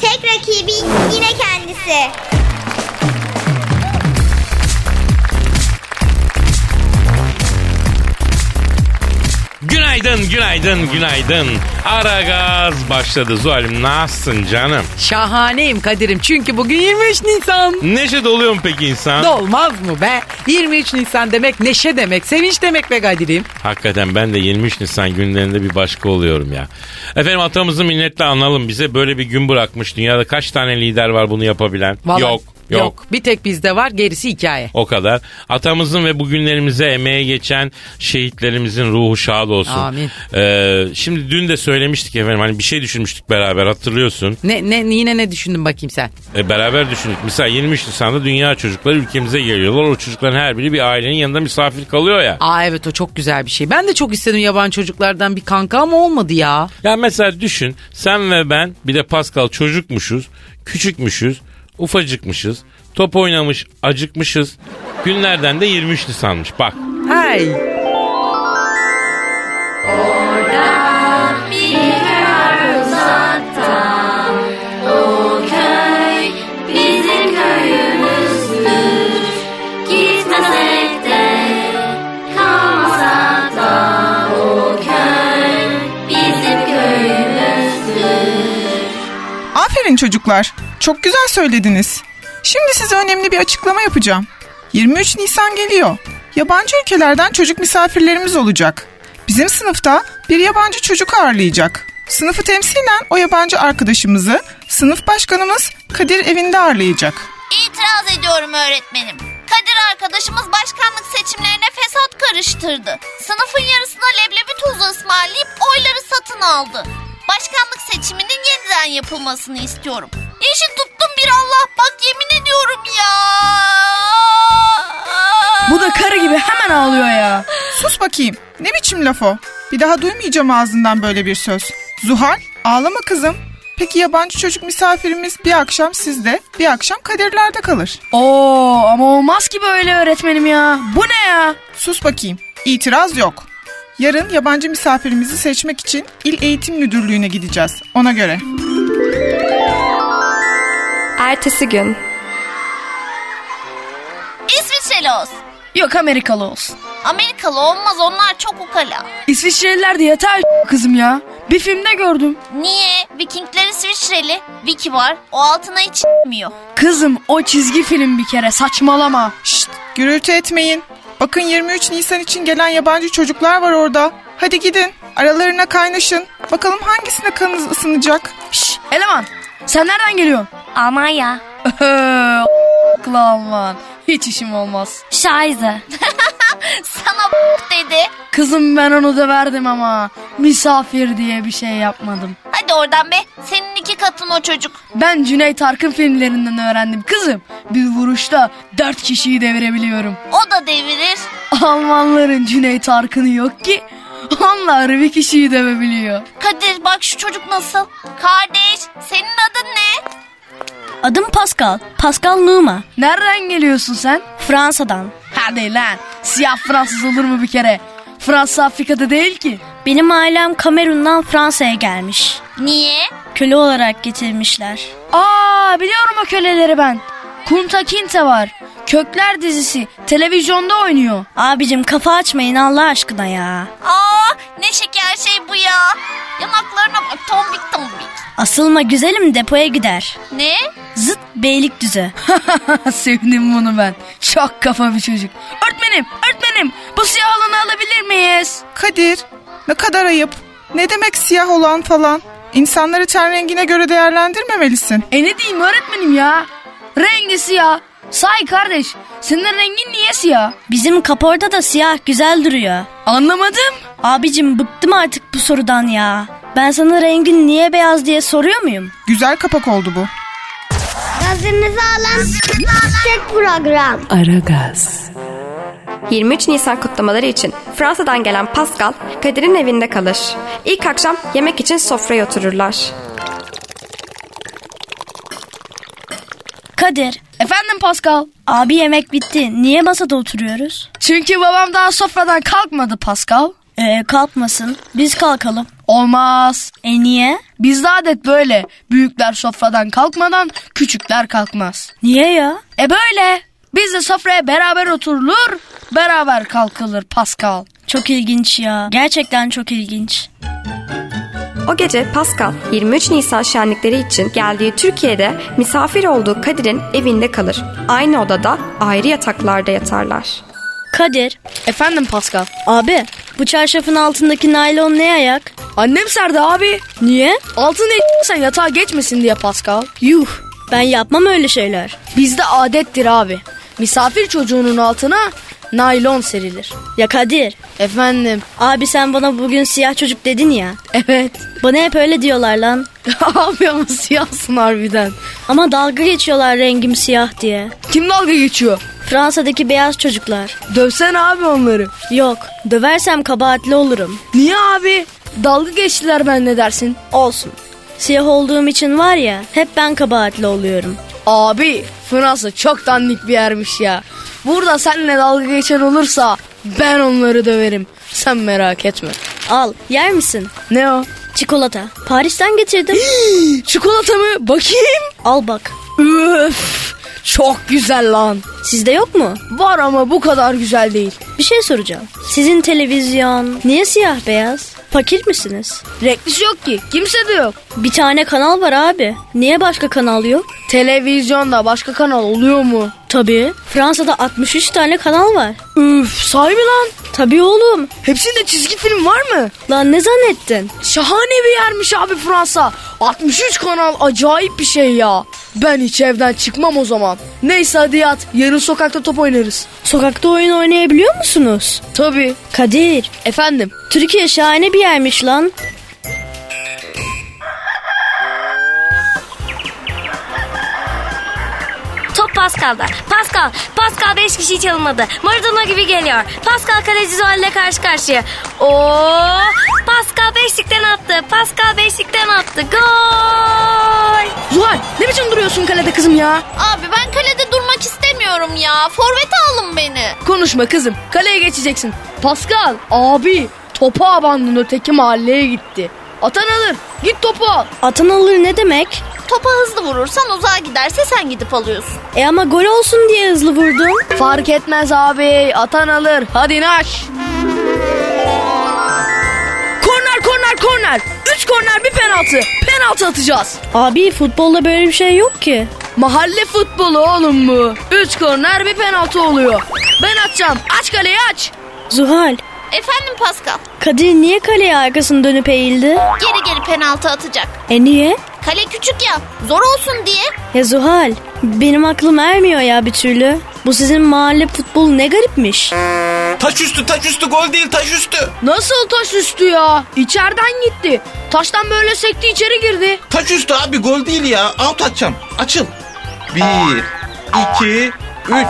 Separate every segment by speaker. Speaker 1: Tek rakibi yine kendisi.
Speaker 2: Günaydın, günaydın, günaydın. Ara gaz başladı. Zuhal'im nasılsın canım?
Speaker 3: Şahaneyim Kadir'im çünkü bugün 23 Nisan.
Speaker 2: Neşe doluyor mu peki insan?
Speaker 3: Dolmaz mı be? 23 Nisan demek neşe demek, sevinç demek be Kadir'im.
Speaker 2: Hakikaten ben de 23 Nisan günlerinde bir başka oluyorum ya. Efendim atamızı minnetle analım. Bize böyle bir gün bırakmış. Dünyada kaç tane lider var bunu yapabilen?
Speaker 3: Vallahi-
Speaker 2: yok, yok.
Speaker 3: Bir tek bizde var gerisi hikaye.
Speaker 2: O kadar. Atamızın ve bugünlerimize emeğe geçen şehitlerimizin ruhu şad olsun.
Speaker 3: Amin.
Speaker 2: Ee, şimdi dün de söylemiştik efendim hani bir şey düşünmüştük beraber hatırlıyorsun.
Speaker 3: Ne, ne yine ne düşündün bakayım sen?
Speaker 2: E, beraber düşündük. Mesela 23 Nisan'da dünya çocukları ülkemize geliyorlar. O çocukların her biri bir ailenin yanında misafir kalıyor ya.
Speaker 3: Aa evet o çok güzel bir şey. Ben de çok istedim yabancı çocuklardan bir kanka ama olmadı ya.
Speaker 2: Ya mesela düşün sen ve ben bir de Pascal çocukmuşuz, küçükmüşüz, ufacıkmışız, top oynamış, acıkmışız. Günlerden de 23 Nisan'mış bak.
Speaker 3: Hey.
Speaker 4: köy bizim köyümüzdür. Gitmesek de kalmasak da o köy bizim köyümüzdür.
Speaker 5: Aferin çocuklar. Çok güzel söylediniz. Şimdi size önemli bir açıklama yapacağım. 23 Nisan geliyor. Yabancı ülkelerden çocuk misafirlerimiz olacak. Bizim sınıfta bir yabancı çocuk ağırlayacak. Sınıfı temsilen o yabancı arkadaşımızı sınıf başkanımız Kadir evinde ağırlayacak.
Speaker 6: İtiraz ediyorum öğretmenim. Kadir arkadaşımız başkanlık seçimlerine fesat karıştırdı. Sınıfın yarısına leblebi tozu ısmarlayıp oyları satın aldı. Başkanlık seçiminin yeniden yapılmasını istiyorum. İşi tuttum bir Allah bak yemin ediyorum ya.
Speaker 7: Bu da karı gibi hemen ağlıyor ya.
Speaker 5: Sus bakayım. Ne biçim laf o? Bir daha duymayacağım ağzından böyle bir söz. Zuhal, ağlama kızım. Peki yabancı çocuk misafirimiz bir akşam sizde, bir akşam Kadirlerde kalır.
Speaker 7: Oo ama olmaz ki böyle öğretmenim ya. Bu ne ya?
Speaker 5: Sus bakayım. İtiraz yok. Yarın yabancı misafirimizi seçmek için İl Eğitim Müdürlüğü'ne gideceğiz. Ona göre.
Speaker 8: Ertesi gün.
Speaker 6: İsviçreli olsun.
Speaker 7: Yok Amerikalı olsun.
Speaker 6: Amerikalı olmaz onlar çok ukala.
Speaker 7: İsviçreliler de yeter kızım ya. Bir filmde gördüm.
Speaker 6: Niye? Vikingler İsviçreli. Viki var o altına hiç miyor.
Speaker 7: Kızım o çizgi film bir kere saçmalama.
Speaker 5: Şşt, gürültü etmeyin. Bakın 23 Nisan için gelen yabancı çocuklar var orada. Hadi gidin. Aralarına kaynaşın. Bakalım hangisine kanınız ısınacak?
Speaker 7: Şş, eleman sen nereden geliyorsun?
Speaker 4: Almanya,
Speaker 7: Aklı Alman. Hiç işim olmaz.
Speaker 4: Scheiße,
Speaker 6: Sana b- dedi.
Speaker 7: Kızım ben onu da verdim ama misafir diye bir şey yapmadım.
Speaker 6: Hadi oradan be. Senin iki katın o çocuk.
Speaker 7: Ben Cüneyt Arkın filmlerinden öğrendim kızım. Bir vuruşta dört kişiyi devirebiliyorum.
Speaker 6: O da devirir.
Speaker 7: Almanların Cüneyt Arkın'ı yok ki. Onlar bir kişiyi dövebiliyor.
Speaker 6: Kadir bak şu çocuk nasıl? Kardeş senin adın ne?
Speaker 9: Adım Pascal. Pascal Numa.
Speaker 7: Nereden geliyorsun sen?
Speaker 9: Fransa'dan.
Speaker 7: Hadi lan. Siyah Fransız olur mu bir kere? Fransa Afrika'da değil ki.
Speaker 9: Benim ailem Kamerun'dan Fransa'ya gelmiş.
Speaker 6: Niye?
Speaker 9: Köle olarak getirmişler.
Speaker 7: Aa biliyorum o köleleri ben. Kunta Kinte var. Kökler dizisi. Televizyonda oynuyor.
Speaker 9: Abicim kafa açmayın Allah aşkına ya.
Speaker 6: Aa ne şeker şey bu ya. Yanaklarına bak tombik tombik.
Speaker 9: Asılma güzelim depoya gider.
Speaker 6: Ne?
Speaker 9: Zıt beylikdüzü.
Speaker 7: Sevdim bunu ben. Çok kafa bir çocuk. Örtmenim, örtmenim. Bu siyah olanı alabilir miyiz?
Speaker 5: Kadir, ne kadar ayıp. Ne demek siyah olan falan? İnsanları ten rengine göre değerlendirmemelisin.
Speaker 7: E ne diyeyim öğretmenim ya? Rengi siyah. Say kardeş, senin rengin niye siyah?
Speaker 9: Bizim kaporta da siyah güzel duruyor.
Speaker 7: Anlamadım.
Speaker 9: Abicim bıktım artık bu sorudan ya. Ben sana rengin niye beyaz diye soruyor muyum?
Speaker 5: Güzel kapak oldu bu.
Speaker 1: Gazimizi alan tek program.
Speaker 8: 23 Nisan kutlamaları için Fransa'dan gelen Pascal, Kadir'in evinde kalır. İlk akşam yemek için sofraya otururlar.
Speaker 9: Kadir,
Speaker 7: Efendim Pascal.
Speaker 9: abi yemek bitti. Niye masada oturuyoruz?
Speaker 7: Çünkü babam daha sofradan kalkmadı Pascal.
Speaker 9: Ee, kalkmasın. Biz kalkalım.
Speaker 7: Olmaz.
Speaker 9: E niye?
Speaker 7: Bizde adet böyle. Büyükler sofradan kalkmadan küçükler kalkmaz.
Speaker 9: Niye ya?
Speaker 7: E böyle. Biz de sofraya beraber oturulur, beraber kalkılır Pascal.
Speaker 9: Çok ilginç ya. Gerçekten çok ilginç.
Speaker 8: O gece Pascal 23 Nisan şenlikleri için geldiği Türkiye'de misafir olduğu Kadir'in evinde kalır. Aynı odada ayrı yataklarda yatarlar.
Speaker 9: Kadir,
Speaker 7: Efendim Pascal.
Speaker 9: abi bu çarşafın altındaki naylon ne ayak?
Speaker 7: Annem serdi abi.
Speaker 9: Niye?
Speaker 7: Altın sen yatağa geçmesin diye Pascal.
Speaker 9: Yuh, ben yapmam öyle şeyler.
Speaker 7: Bizde adettir abi. Misafir çocuğunun altına naylon serilir.
Speaker 9: Ya Kadir,
Speaker 7: Efendim.
Speaker 9: abi sen bana bugün siyah çocuk dedin ya.
Speaker 7: Evet.
Speaker 9: Bana hep öyle diyorlar lan.
Speaker 7: abi ama siyahsın harbiden.
Speaker 9: Ama dalga geçiyorlar rengim siyah diye.
Speaker 7: Kim dalga geçiyor?
Speaker 9: Fransa'daki beyaz çocuklar.
Speaker 7: Dövsen abi onları.
Speaker 9: Yok, döversem kabahatli olurum.
Speaker 7: Niye abi? Dalga geçtiler ben ne dersin?
Speaker 9: Olsun. Siyah olduğum için var ya, hep ben kabahatli oluyorum.
Speaker 7: Abi Fransa çok dandik bir yermiş ya. Burada seninle dalga geçen olursa ben onları döverim. Sen merak etme.
Speaker 9: Al, yer misin?
Speaker 7: Ne o?
Speaker 9: Çikolata. Paris'ten getirdim.
Speaker 7: Çikolata mı? Bakayım.
Speaker 9: Al bak.
Speaker 7: Üf, çok güzel lan.
Speaker 9: Sizde yok mu?
Speaker 7: Var ama bu kadar güzel değil.
Speaker 9: Bir şey soracağım. Sizin televizyon niye siyah beyaz? Fakir misiniz?
Speaker 7: Reklisi yok ki. Kimse de yok.
Speaker 9: Bir tane kanal var abi. Niye başka kanal yok?
Speaker 7: Televizyonda başka kanal oluyor mu?
Speaker 9: Tabii. Fransa'da 63 tane kanal var.
Speaker 7: Üf sahi mi lan?
Speaker 9: Tabii oğlum.
Speaker 7: Hepsinde çizgi film var mı?
Speaker 9: Lan ne zannettin?
Speaker 7: Şahane bir yermiş abi Fransa. 63 kanal acayip bir şey ya. Ben hiç evden çıkmam o zaman. Neyse hadi yat. Yarın sokakta top oynarız.
Speaker 9: Sokakta oyun oynayabiliyor musunuz?
Speaker 7: Tabii.
Speaker 9: Kadir,
Speaker 7: Efendim.
Speaker 9: Türkiye şahane bir yermiş lan.
Speaker 4: Top Pascal'da. Pascal, Pascal 5 kişiyi çalınmadı. Maradona gibi geliyor. Pascal kaleci Zuhal'le karşı karşıya. Oo! Pascal beşlikten attı. Pascal beşlikten attı. Gol!
Speaker 7: Zuhal ne biçim duruyorsun kalede kızım ya?
Speaker 6: Abi ben kalede durmak istemiyorum ya. Forvete alın beni.
Speaker 7: Konuşma kızım. Kaleye geçeceksin. Pascal abi topu abandın öteki mahalleye gitti. Atan alır. Git topu al.
Speaker 9: Atan alır ne demek?
Speaker 6: Topa hızlı vurursan uzağa giderse sen gidip alıyorsun.
Speaker 9: E ama gol olsun diye hızlı vurdum.
Speaker 7: Fark etmez abi. Atan alır. Hadi naş. Korner korner korner. Üç korner bir penaltı. Penaltı atacağız.
Speaker 9: Abi futbolda böyle bir şey yok ki.
Speaker 7: Mahalle futbolu oğlum bu. Üç korner bir penaltı oluyor. Ben atacağım. Aç kaleyi aç.
Speaker 9: Zuhal,
Speaker 6: Efendim Pascal.
Speaker 9: Kadir niye kaleye arkasını dönüp eğildi?
Speaker 6: Geri geri penaltı atacak.
Speaker 9: E niye?
Speaker 6: Kale küçük ya. Zor olsun diye.
Speaker 9: Ya Zuhal, benim aklım ermiyor ya bir türlü. Bu sizin mahalle futbolu ne garipmiş.
Speaker 10: Taş üstü taş üstü gol değil taş üstü.
Speaker 7: Nasıl taş üstü ya? İçeriden gitti. Taştan böyle sekti içeri girdi.
Speaker 10: Taş üstü abi gol değil ya. Out atacağım. Açıl. Bir, iki, üç.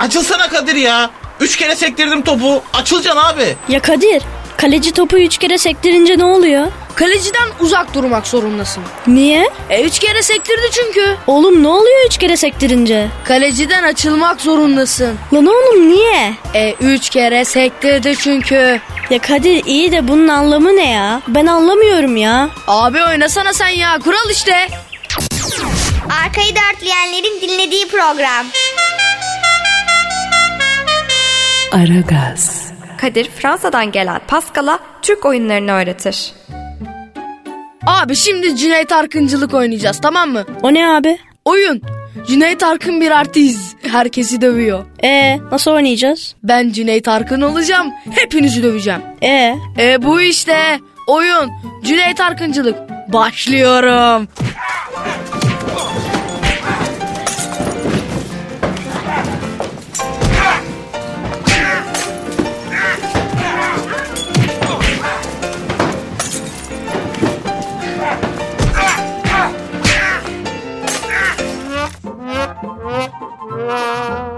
Speaker 10: Açılsana Kadir ya. Üç kere sektirdim topu. Açılacaksın abi.
Speaker 9: Ya Kadir, kaleci topu üç kere sektirince ne oluyor?
Speaker 7: Kaleciden uzak durmak zorundasın.
Speaker 9: Niye?
Speaker 7: E üç kere sektirdi çünkü.
Speaker 9: Oğlum ne oluyor üç kere sektirince?
Speaker 7: Kaleciden açılmak zorundasın.
Speaker 9: Lan oğlum niye?
Speaker 7: E üç kere sektirdi çünkü.
Speaker 9: Ya Kadir iyi de bunun anlamı ne ya? Ben anlamıyorum ya.
Speaker 7: Abi oynasana sen ya kural işte.
Speaker 1: Arkayı dörtleyenlerin dinlediği program.
Speaker 3: Aragaz.
Speaker 8: Kadir Fransa'dan gelen Pascal'a Türk oyunlarını öğretir.
Speaker 7: Abi şimdi Cüneyt Arkıncılık oynayacağız tamam mı?
Speaker 9: O ne abi?
Speaker 7: Oyun. Cüneyt Arkın bir artist. Herkesi dövüyor.
Speaker 9: E nasıl oynayacağız?
Speaker 7: Ben Cüneyt Arkın olacağım. Hepinizi döveceğim.
Speaker 9: E
Speaker 7: E bu işte oyun Cüneyt Arkıncılık. Başlıyorum.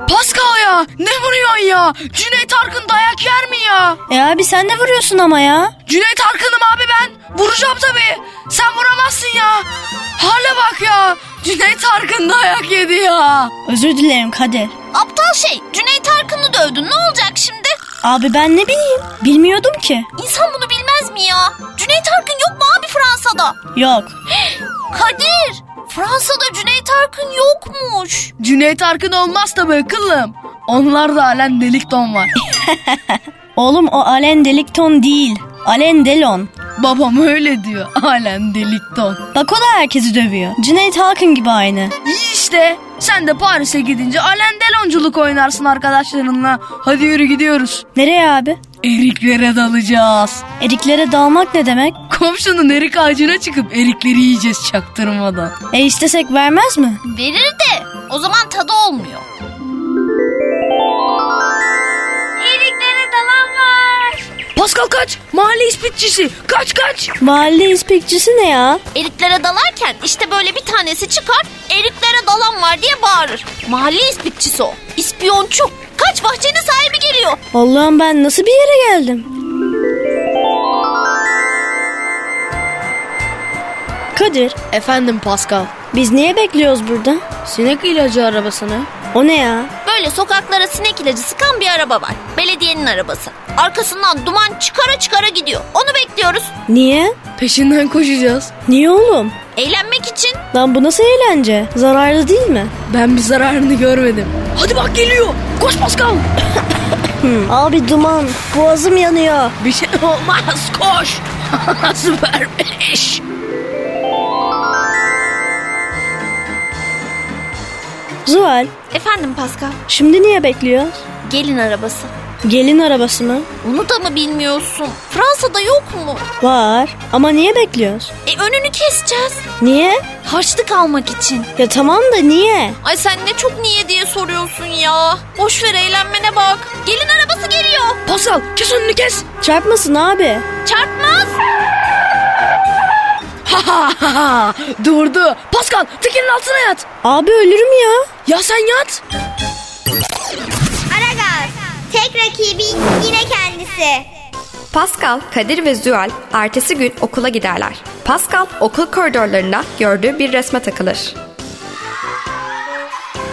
Speaker 7: Pascal ya ne vuruyorsun ya? Cüneyt Arkın dayak yer mi ya?
Speaker 9: e abi sen de vuruyorsun ama ya.
Speaker 7: Cüneyt Arkın'ım abi ben. Vuracağım tabii. Sen vuramazsın ya. Hale bak ya. Cüneyt Arkın dayak yedi ya.
Speaker 9: Özür dilerim Kadir.
Speaker 6: Aptal şey. Cüneyt Arkın'ı dövdün. Ne olacak şimdi?
Speaker 9: Abi ben ne bileyim? Bilmiyordum ki.
Speaker 6: İnsan bunu bilmez mi ya? Cüneyt Cüneyt Arkın yok mu abi Fransa'da?
Speaker 9: Yok.
Speaker 6: Kadir! Fransa'da Cüneyt Arkın yokmuş.
Speaker 7: Cüneyt Arkın olmaz tabii kıllım. Onlar da halen delik don var.
Speaker 9: Oğlum o Alen Delikton değil. Alen Delon.
Speaker 7: Babam öyle diyor. Halen delik don.
Speaker 9: Bak o da herkesi dövüyor. Cüneyt Halkın gibi aynı.
Speaker 7: İyi işte. Sen de Paris'e gidince halen delonculuk oynarsın arkadaşlarınla. Hadi yürü gidiyoruz.
Speaker 9: Nereye abi?
Speaker 7: Eriklere dalacağız.
Speaker 9: Eriklere dalmak ne demek?
Speaker 7: Komşunun erik ağacına çıkıp erikleri yiyeceğiz çaktırmadan.
Speaker 9: E istesek vermez mi?
Speaker 6: Verir de o zaman tadı olmuyor.
Speaker 4: Eriklere dalan var.
Speaker 7: Pascal kaç. Mahalle ispitçisi. Kaç kaç.
Speaker 9: Mahalle ispikçisi ne ya?
Speaker 6: Eriklere dalarken işte böyle bir tanesi çıkar, eriklere dalan var diye bağırır. Mahalle ispikçisi o. İspiyonçu. Kaç bahçenin sahibi geliyor.
Speaker 9: Allah'ım ben nasıl bir yere geldim? Kadir,
Speaker 7: Efendim Pascal.
Speaker 9: biz niye bekliyoruz burada?
Speaker 7: Sinek ilacı arabasını.
Speaker 9: O ne ya?
Speaker 6: Böyle sokaklara sinek ilacı sıkan bir araba var. Belediyenin arabası. Arkasından duman çıkara çıkara gidiyor. Onu bekliyoruz.
Speaker 9: Niye?
Speaker 7: Peşinden koşacağız.
Speaker 9: Niye oğlum?
Speaker 6: Eğlenmek için
Speaker 9: Lan bu nasıl eğlence? Zararlı değil mi?
Speaker 7: Ben bir zararını görmedim. Hadi bak geliyor. Koş Pascal.
Speaker 9: Abi duman, boğazım yanıyor.
Speaker 7: Bir şey olmaz koş. Süpermiş.
Speaker 9: Zuhal,
Speaker 6: Efendim Pascal,
Speaker 9: şimdi niye bekliyoruz?
Speaker 6: gelin arabası.
Speaker 9: Gelin arabası mı?
Speaker 6: Onu da mı bilmiyorsun? Fransa'da yok mu?
Speaker 9: Var. Ama niye bekliyoruz?
Speaker 6: E önünü keseceğiz.
Speaker 9: Niye?
Speaker 6: Harçlık almak için.
Speaker 9: Ya tamam da niye?
Speaker 6: Ay sen ne çok niye diye soruyorsun ya. Boş ver eğlenmene bak. Gelin arabası geliyor.
Speaker 7: Pascal kes önünü kes.
Speaker 9: Çarpmasın abi.
Speaker 6: Çarpmaz.
Speaker 7: Ha ha ha ha. Durdu. Pascal tekerin altına yat.
Speaker 9: Abi ölürüm ya.
Speaker 7: Ya sen yat.
Speaker 1: Aragaz. Tek rakibi yine kendisi.
Speaker 8: Pascal, Kadir ve Zuhal ertesi gün okula giderler. Pascal okul koridorlarında gördüğü bir resme takılır.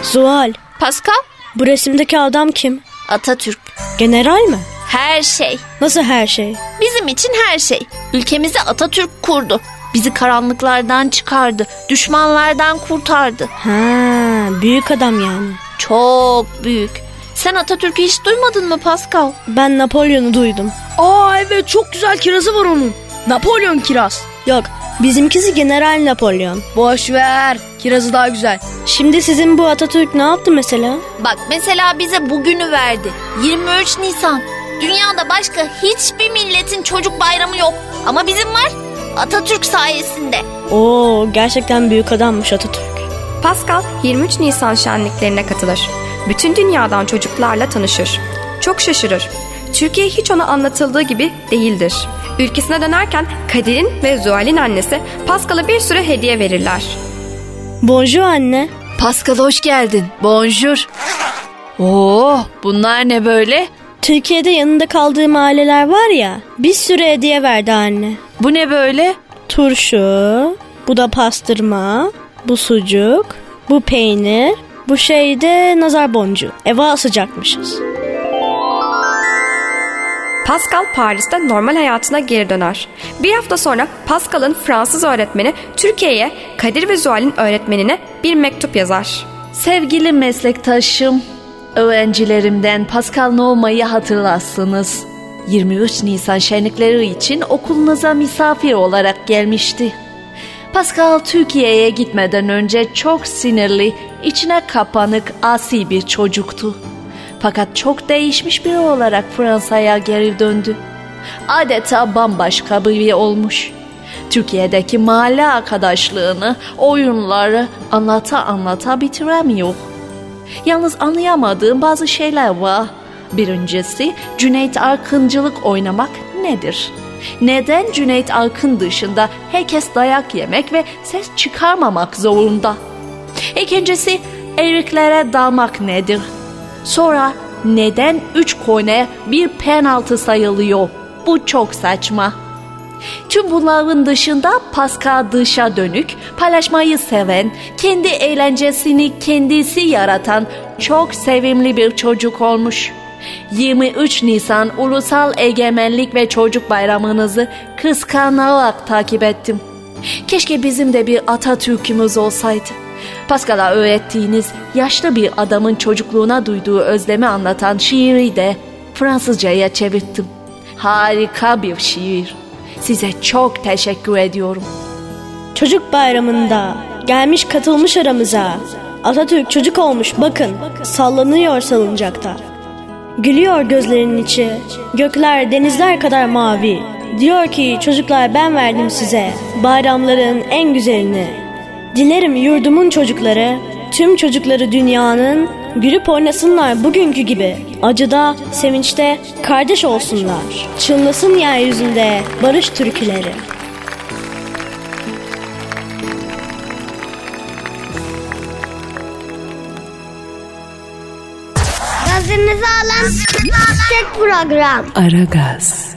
Speaker 9: Zuhal,
Speaker 6: Pascal,
Speaker 9: bu resimdeki adam kim?
Speaker 6: Atatürk.
Speaker 9: General mi?
Speaker 6: Her şey.
Speaker 9: Nasıl her şey?
Speaker 6: Bizim için her şey. Ülkemizi Atatürk kurdu. Bizi karanlıklardan çıkardı. Düşmanlardan kurtardı.
Speaker 9: Ha, büyük adam yani.
Speaker 6: Çok büyük. Sen Atatürk'ü hiç duymadın mı Pascal?
Speaker 9: Ben Napolyon'u duydum.
Speaker 7: Aa evet çok güzel kirazı var onun. Napolyon kiraz.
Speaker 9: Yok, bizimkisi General Napolyon.
Speaker 7: Boş ver. Kirazı daha güzel.
Speaker 9: Şimdi sizin bu Atatürk ne yaptı mesela?
Speaker 6: Bak mesela bize bugünü verdi. 23 Nisan. Dünyada başka hiçbir milletin çocuk bayramı yok. Ama bizim var. Atatürk sayesinde.
Speaker 9: Oo, gerçekten büyük adammış Atatürk.
Speaker 8: Pascal 23 Nisan şenliklerine katılır. Bütün dünyadan çocuklarla tanışır. Çok şaşırır. Türkiye hiç ona anlatıldığı gibi değildir. Ülkesine dönerken Kadir'in ve Zuhal'in annesi Pascal'a bir sürü hediye verirler.
Speaker 9: Bonjour anne.
Speaker 11: Pascal hoş geldin. Bonjour. Oo, bunlar ne böyle?
Speaker 9: Türkiye'de yanında kaldığım aileler var ya, bir sürü hediye verdi anne.
Speaker 11: Bu ne böyle?
Speaker 9: Turşu, bu da pastırma, bu sucuk, bu peynir, bu şey de nazar boncuğu. Eve asacakmışız.
Speaker 8: Pascal Paris'te normal hayatına geri döner. Bir hafta sonra Pascal'ın Fransız öğretmeni Türkiye'ye Kadir ve Zuhal'in öğretmenine bir mektup yazar.
Speaker 11: Sevgili meslektaşım, öğrencilerimden Pascal Noma'yı hatırlarsınız. 23 Nisan şenlikleri için okulunuza misafir olarak gelmişti. Pascal Türkiye'ye gitmeden önce çok sinirli, içine kapanık, asi bir çocuktu. Fakat çok değişmiş biri olarak Fransa'ya geri döndü. Adeta bambaşka biri olmuş. Türkiye'deki mahalle arkadaşlığını, oyunları anlata anlata bitiremiyor. Yalnız anlayamadığım bazı şeyler var. Birincisi Cüneyt Arkıncılık oynamak nedir? Neden Cüneyt Arkın dışında herkes dayak yemek ve ses çıkarmamak zorunda? İkincisi eriklere dalmak nedir? Sonra neden üç koyne bir penaltı sayılıyor? Bu çok saçma. Tüm bunların dışında Pascal dışa dönük, paylaşmayı seven, kendi eğlencesini kendisi yaratan çok sevimli bir çocuk olmuş. 23 Nisan Ulusal Egemenlik ve Çocuk Bayramınızı kıskanarak takip ettim. Keşke bizim de bir Atatürk'ümüz olsaydı. Paskal'a öğrettiğiniz yaşlı bir adamın çocukluğuna duyduğu özlemi anlatan şiiri de Fransızcaya çevirttim. Harika bir şiir. Size çok teşekkür ediyorum.
Speaker 9: Çocuk bayramında gelmiş katılmış aramıza. Atatürk çocuk olmuş bakın sallanıyor salıncakta. Gülüyor gözlerinin içi, gökler denizler kadar mavi. Diyor ki çocuklar ben verdim size bayramların en güzelini. Dilerim yurdumun çocukları, tüm çocukları dünyanın gülüp oynasınlar bugünkü gibi. Acıda, sevinçte kardeş olsunlar. Çınlasın yeryüzünde barış türküleri.
Speaker 1: Gazınızı alan tek program.
Speaker 12: Aragaz.